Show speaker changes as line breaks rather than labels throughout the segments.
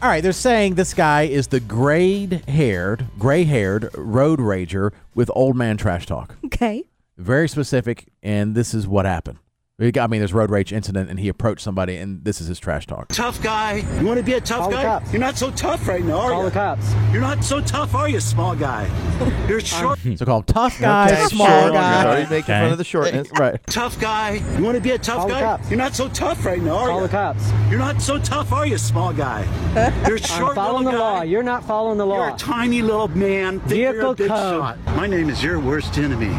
All right, they're saying this guy is the gray-haired, gray-haired road rager with old man trash talk.
Okay.
Very specific, and this is what happened. I mean, there's road rage incident, and he approached somebody, and this is his trash talk.
Tough guy. You want to be a tough
Call the
guy?
cops.
You're not so tough right now, are
Call
you?
the cops. Um,
You're not so tough, are you, small guy? You're short.
So call him tough guy,
Hmm. Okay,
small
sure.
guy.
You're already making
Okay.
fun of the shortness.
Right.
tough guy. You want to be a tough
Call the
guy?
cops.
You're not so tough right now, are
Call
you?
the cops.
You're not so tough, are you, small guy? You're
I'm
short
following the
little guy.
law. You're not following the law.
You're a tiny little man. Think you're a
Vehicle
big
code.
shot. My name is your worst enemy.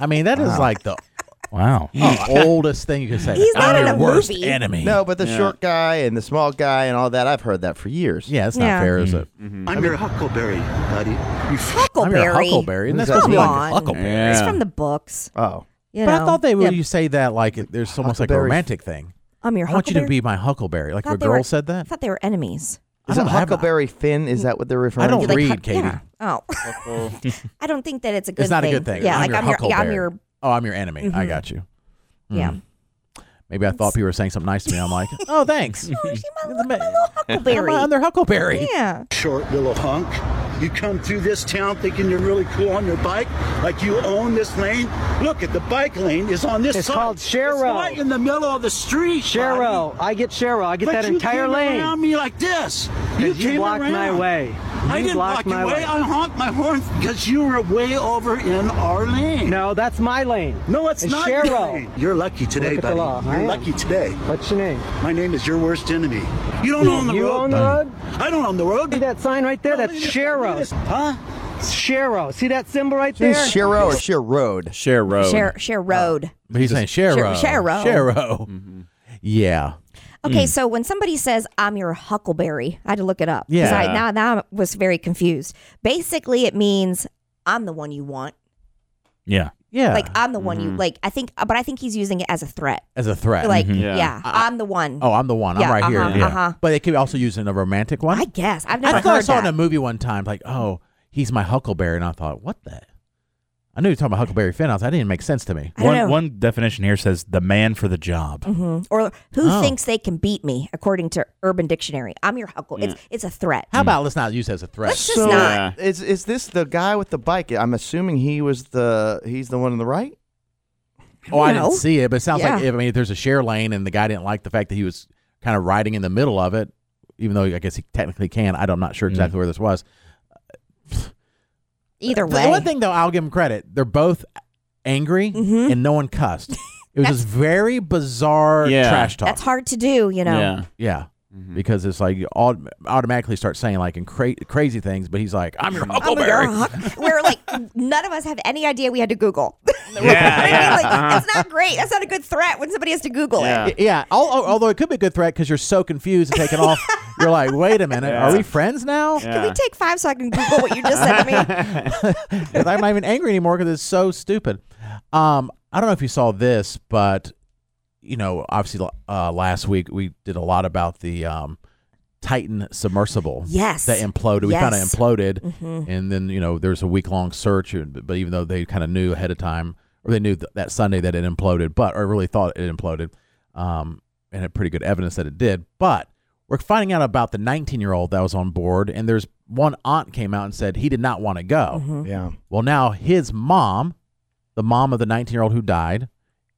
I mean, that is like the
Wow.
oldest thing you can say.
He's not
I'm
in
your
a
worst
movie.
enemy.
No, but the short guy and the small guy and all that, I've heard that for years.
Yeah, it's not
Yeah.
fair,
Hmm.
is it?
I'm your huckleberry, buddy. You f-
I'm
Huckleberry.
your huckleberry, and that's
Who's
supposed to be
that?
like
Come on.
huckleberry.
It's
Yeah.
from the books.
Oh.
You
But
know.
I thought they would
Yep.
you say that like it- there's almost like a
Huckleberry.
romantic thing.
I'm your
I want you to
huckleberry.
be my huckleberry. Like
Thought
a
they
girl
were-
said
I
that.
thought they were enemies.
I
Is it
don't have-
Huckleberry Finn? Is that what they're referring
I don't
to?
Like,
read,
hu-
Katie.
yeah. Oh, I don't think that it's a good.
It's not
thing.
a good thing.
Yeah,
I'm
like
your
I'm your. Yeah, I'm
huckleberry.
your.
Oh, I'm your enemy. I
Mhm.
got you.
Yeah.
Mm. Maybe I thought people were saying something nice to me. I'm like, oh, thanks.
Oh, she my,
You're
look
the
at my
ma-
little
I'm,
huckleberry.
i their huckleberry.
yeah.
short little hunk. You come through this town thinking you're really cool on your bike, like you own this lane. Look at the bike lane is on this
It's
side.
called Shero.
It's not in the middle of the street. buddy.
Shero, I get Shero. I get
But
that
you
entire
came
lane.
around me like this. You,
'Cause
came
blocked
around.
my way.
I
You
didn't
blocked
block
my
your way.
way.
I honked my horn because you were way over in our lane.
No, that's my lane.
no, it's
And
not. your
Shero.
lane. You're lucky today,
Look at the
buddy.
law. I
You're
am.
lucky today.
What's your name?
My name is your worst enemy. You don't own the
you
road.
own the
buddy.
road?
I don't own the road.
See that sign right there? That's Shero.
Huh?
Shero. See that symbol right there?
Is it Shiro or Shirode?
Share road.
Share share road.
But he's saying Shero.
Share- Shero.
Shero.
Mm-hmm.
Yeah. Mm.
Okay, so when somebody says I'm your huckleberry, I had to look it up. 'cause
Yeah.
I, now, now I was very confused. Basically, it means I'm the one you want.
Yeah.
Yeah. Mm-hmm.
Like I'm the one you like. I think, but I think he's using it as a threat.
As a threat.
Like,
Mm-hmm.
yeah,
Yeah.
I'm the one.
oh, I'm the one.
Yeah,
I'm right
uh-huh,
here. Yeah.
uh-huh.
But it could be also used in a romantic one.
I guess I've never
I thought I
heard
saw
that.
in a movie one time, like, oh, he's my Huckleberry, and I thought, what the? I knew you were talking about Huckleberry Finn. I was, that didn't make sense to me.
I don't know.
One one definition here says the man for the job.
Mhm. Or who
Oh.
thinks they can beat me? According to Urban Dictionary, I'm your huckle. It's it's a threat.
How about let's not use it as a threat?
Mm-hmm. Let's just not.
Yeah.
Is is this the guy with the bike? I'm assuming he was the he's the one on the right.
oh, I
No.
didn't see it, but it sounds like
Yeah.
if, I mean, if there's a share lane and the guy didn't like the fact that he was kind of riding in the middle of it, even though I guess he technically can. I don't, I'm not
Mm.
sure exactly where this was.
Either
The
way,
one thing though, I'll give him credit. They're both angry and no one cussed. It was this very bizarre
Yeah. Mm-hmm.
trash talk.
that's hard to do. You know.
Yeah.
Yeah. Because it's like you aut- automatically start saying like in cra- crazy things, but he's like, I'm your
Oh my
Huckleberry.
God. We're like, none of us have any idea we had to Google.
Yeah.
I mean,
yeah,
like,
uh-huh.
that's not great. That's not a good threat when somebody has to Google
Yeah.
it.
Y- yeah. Al- al- although it could be a good threat because you're so confused and taken off. You're like, wait a minute, are
Yeah.
we friends now?
Can we take five so I can Google what you just said to me?
'Cause I'm not even angry anymore because it's so stupid. Um, I don't know if you saw this, but you know, obviously uh, last week we did a lot about the um, Titan submersible.
Yes.
that imploded. We found it
Yes. Mm-hmm.
imploded, and then you know there's a week long search. and- But even though they kind of knew ahead of time, or they knew th- that Sunday that it imploded, but or really thought it imploded, um, and had pretty good evidence that it did. But we're finding out about the 19 year old that was on board, and there's one aunt came out and said he did not want to go.
Mm-hmm.
Yeah.
Well, now his mom, the mom of the 19 year old who died,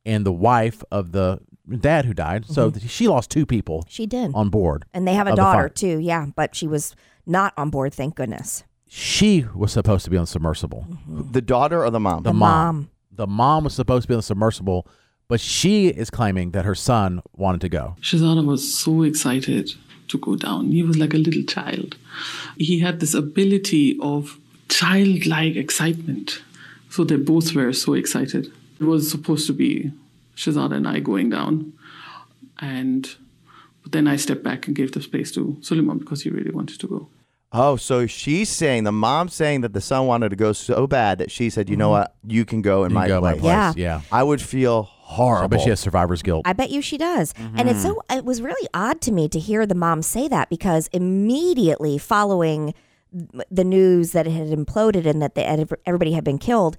and the wife of the dad who died, so th- she lost two people
she did.
on board.
Mm-hmm. And they have a
of the fire.
daughter too. Yeah. But she was not on board, thank goodness.
She was supposed to be on submersible.
Mm-hmm.
The daughter or the mom?
the mom. The mom was supposed to be on the submersible, but she is claiming that her son wanted to go.
Shazana was so excited to go down. He was like a little child. He had this ability of childlike excitement. So they both were so excited. It was supposed to be Shazana and I going down. And but then I stepped back and gave the space to Suleiman because he really wanted to go.
Oh, so she's saying the mom's saying that the son wanted to go so bad that she said, "You know what? You can go
Mm-hmm.
in
You
my,
can go
place.
my
Yeah.
place. Yeah.
I would feel horrible.
I bet she has survivor's guilt.
I bet you she does. And it's so
Mm-hmm.
it was really odd to me to hear the mom say that because immediately following the news that it had imploded and that the, everybody had been killed,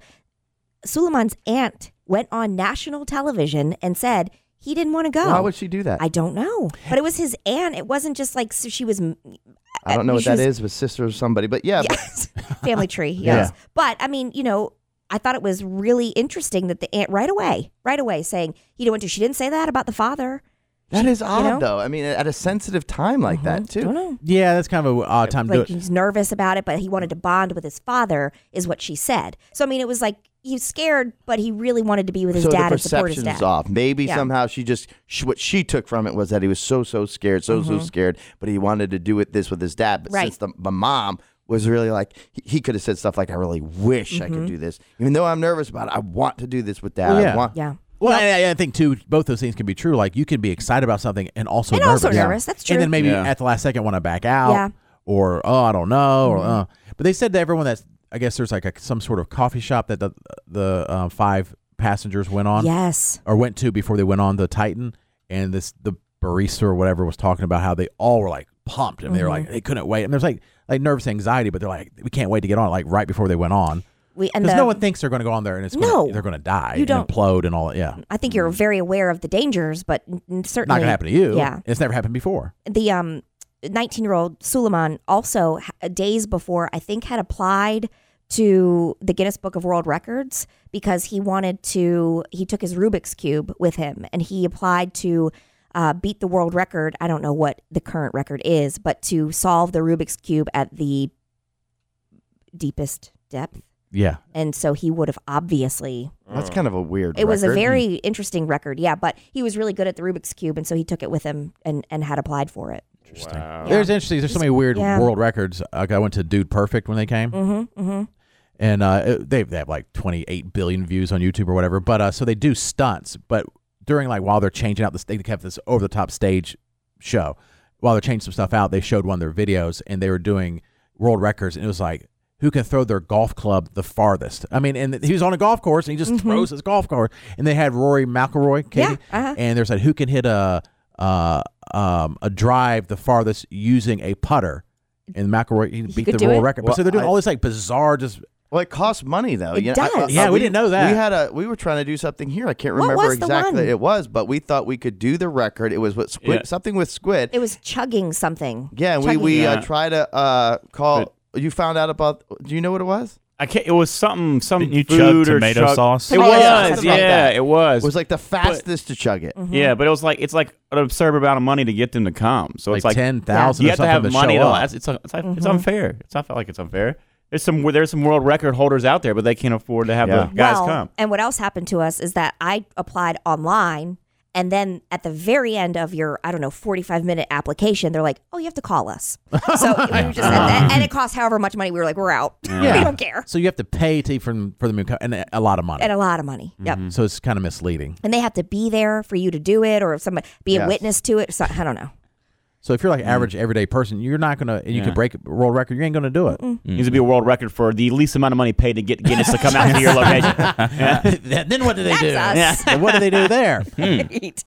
Suleiman's aunt went on national television and said He didn't want to
Oh.
go.
Why would she do that?
I don't know. But it was his aunt. It wasn't just like so she was.
I don't know what
she
that
was-
is with sister or somebody, but yeah, but
Yes. Family tree. Yes. But I mean, you know, I thought it was really interesting that the aunt right away, right away saying he didn't want to. She didn't say that about the father.
that is odd
know? Mm-hmm.
though. I mean, at a sensitive time like that too.
Don't know.
Yeah, that's kind of a odd time to
Like
do it.
he's nervous about it, but he wanted to bond with his father, is what she said. So I mean, it was like he was scared, but he really wanted to be with his
so
dad
the
and support his
perception's
dad.
off. Maybe
Yeah.
somehow she just sh what she took from it was that he was so so scared, so so scared, but he wanted to do it this with his dad. But
Mm-hmm. Right.
since the, the mom was really like, he, he could have said stuff like, "I really wish I
Mm-hmm.
could do this, even though I'm nervous about it. I want to do this with dad.
Well,
I
Oh, yeah.
want."
Yeah.
Well, and I, I think too, both those things can be true. Like you can be excited about something and also
And
nervous.
also nervous. That's true.
And then maybe
Yeah.
at the last second want to back out.
Yeah. Mm-hmm.
Or oh, I don't know. Or uh. but they said to everyone that's I guess there's like a, some sort of coffee shop that the the uh, five passengers went on
Yes.
or went to before they went on the Titan, and this the barista or whatever was talking about how they all were like pumped and they were
Mm-hmm.
like they couldn't wait and there's like like nervous anxiety, but they're like we can't wait to get on like right before they went on
We and
because
the,
no one thinks they're going to go on there and it's gonna,
No.
they're going to die
You
and
don't-
implode and all that. Yeah,
I think you're very aware of the dangers, but n- n-
not
certainly
going to happen to you.
Yeah.
it's never happened before.
the um 19 year old Suleiman also ha- days before I think had applied to the Guinness Book of World Records because he wanted to he took his Rubik's cube with him and he applied to uh, beat the world record. I don't know what the current record is, but to solve the Rubik's cube at the deepest depth.
Yeah,
And so he would have obviously
That's kind of a weird.
it was a
record.
very interesting record, yeah. But he was really good at the Rubik's cube, and so he took it with him and, and had applied for it.
interesting. There's interesting. There's so many weird
Yeah.
world records. Like I went to Dude Perfect when they came,
Mm-hmm, mm-hmm.
and uh, it- they they have like 28 billion views on YouTube or whatever. But uh, so they do stunts, but during like while they're changing out the they kept this over the top stage show. While they're changing some stuff out, they showed one of their videos and they were doing world records, and it was like who can throw their golf club the farthest. I mean, and he was on a golf course and he just throws his golf course. And they had Rory McIlroy, Katie,
Mm-hmm. Yeah, uh-huh.
and there's like who can hit a uh, um, a drive the farthest using a putter. And McIlroy he beat
could
the
do
world
it.
record, but
Well,
so they're doing
I-
all this like bizarre, just
Well, it costs money though.
It
you know, I-
does.
I-
Yeah, we didn't know that.
We had a we were trying to do something here. I can't
What
remember
was the
exactly
one?
it was, but we thought we could do the record. It was with squid,
Yeah.
something with squid.
It was chugging something.
yeah, and we
Chugging.
we
Yeah.
Uh, try to uh, call. you found out about? Do you know what it was?
I can't. It was something. Some
Didn't you
food
chug
or
tomato
chug-
sauce?
It
Oh, yeah,
was.
something like
Yeah,
that.
it was. Mm-hmm.
It was like the fastest to chug it.
yeah, but it was like it's like an absurd amount of money to get them to come. So
like,
it's like
ten thousand. or
you have to
something
have money.
show
To,
up.
it's it's, it's, like, it's unfair. It's I feel like it's unfair. There's some there's some world record holders out there, but they can't afford to have
Yeah.
the guys
well,
come.
And what else happened to us is that I applied online, and then at the very end of your, I don't know, forty-five minute application, they're like, "Oh, you have to call us." So we were just, and, and it cost however much money. We were like, "We're out.
Yeah.
we don't care,"
So you have to pay to from for the moon co- and a- a lot of money.
and a lot of money. Yep.
Mm-hmm.
so it's kind of misleading.
And they have to be there for you to do it, or somebody be a
Yes.
witness to it. So, I don't know.
So if you're
Mm.
like average everyday person, you're not gonna and you can break a world record. You ain't gonna do it.
Needs to be a world record for the least amount of money paid to get Guinness to come out to your location.
then what do they
That's us.
Mm.
And what do they do there?
Right.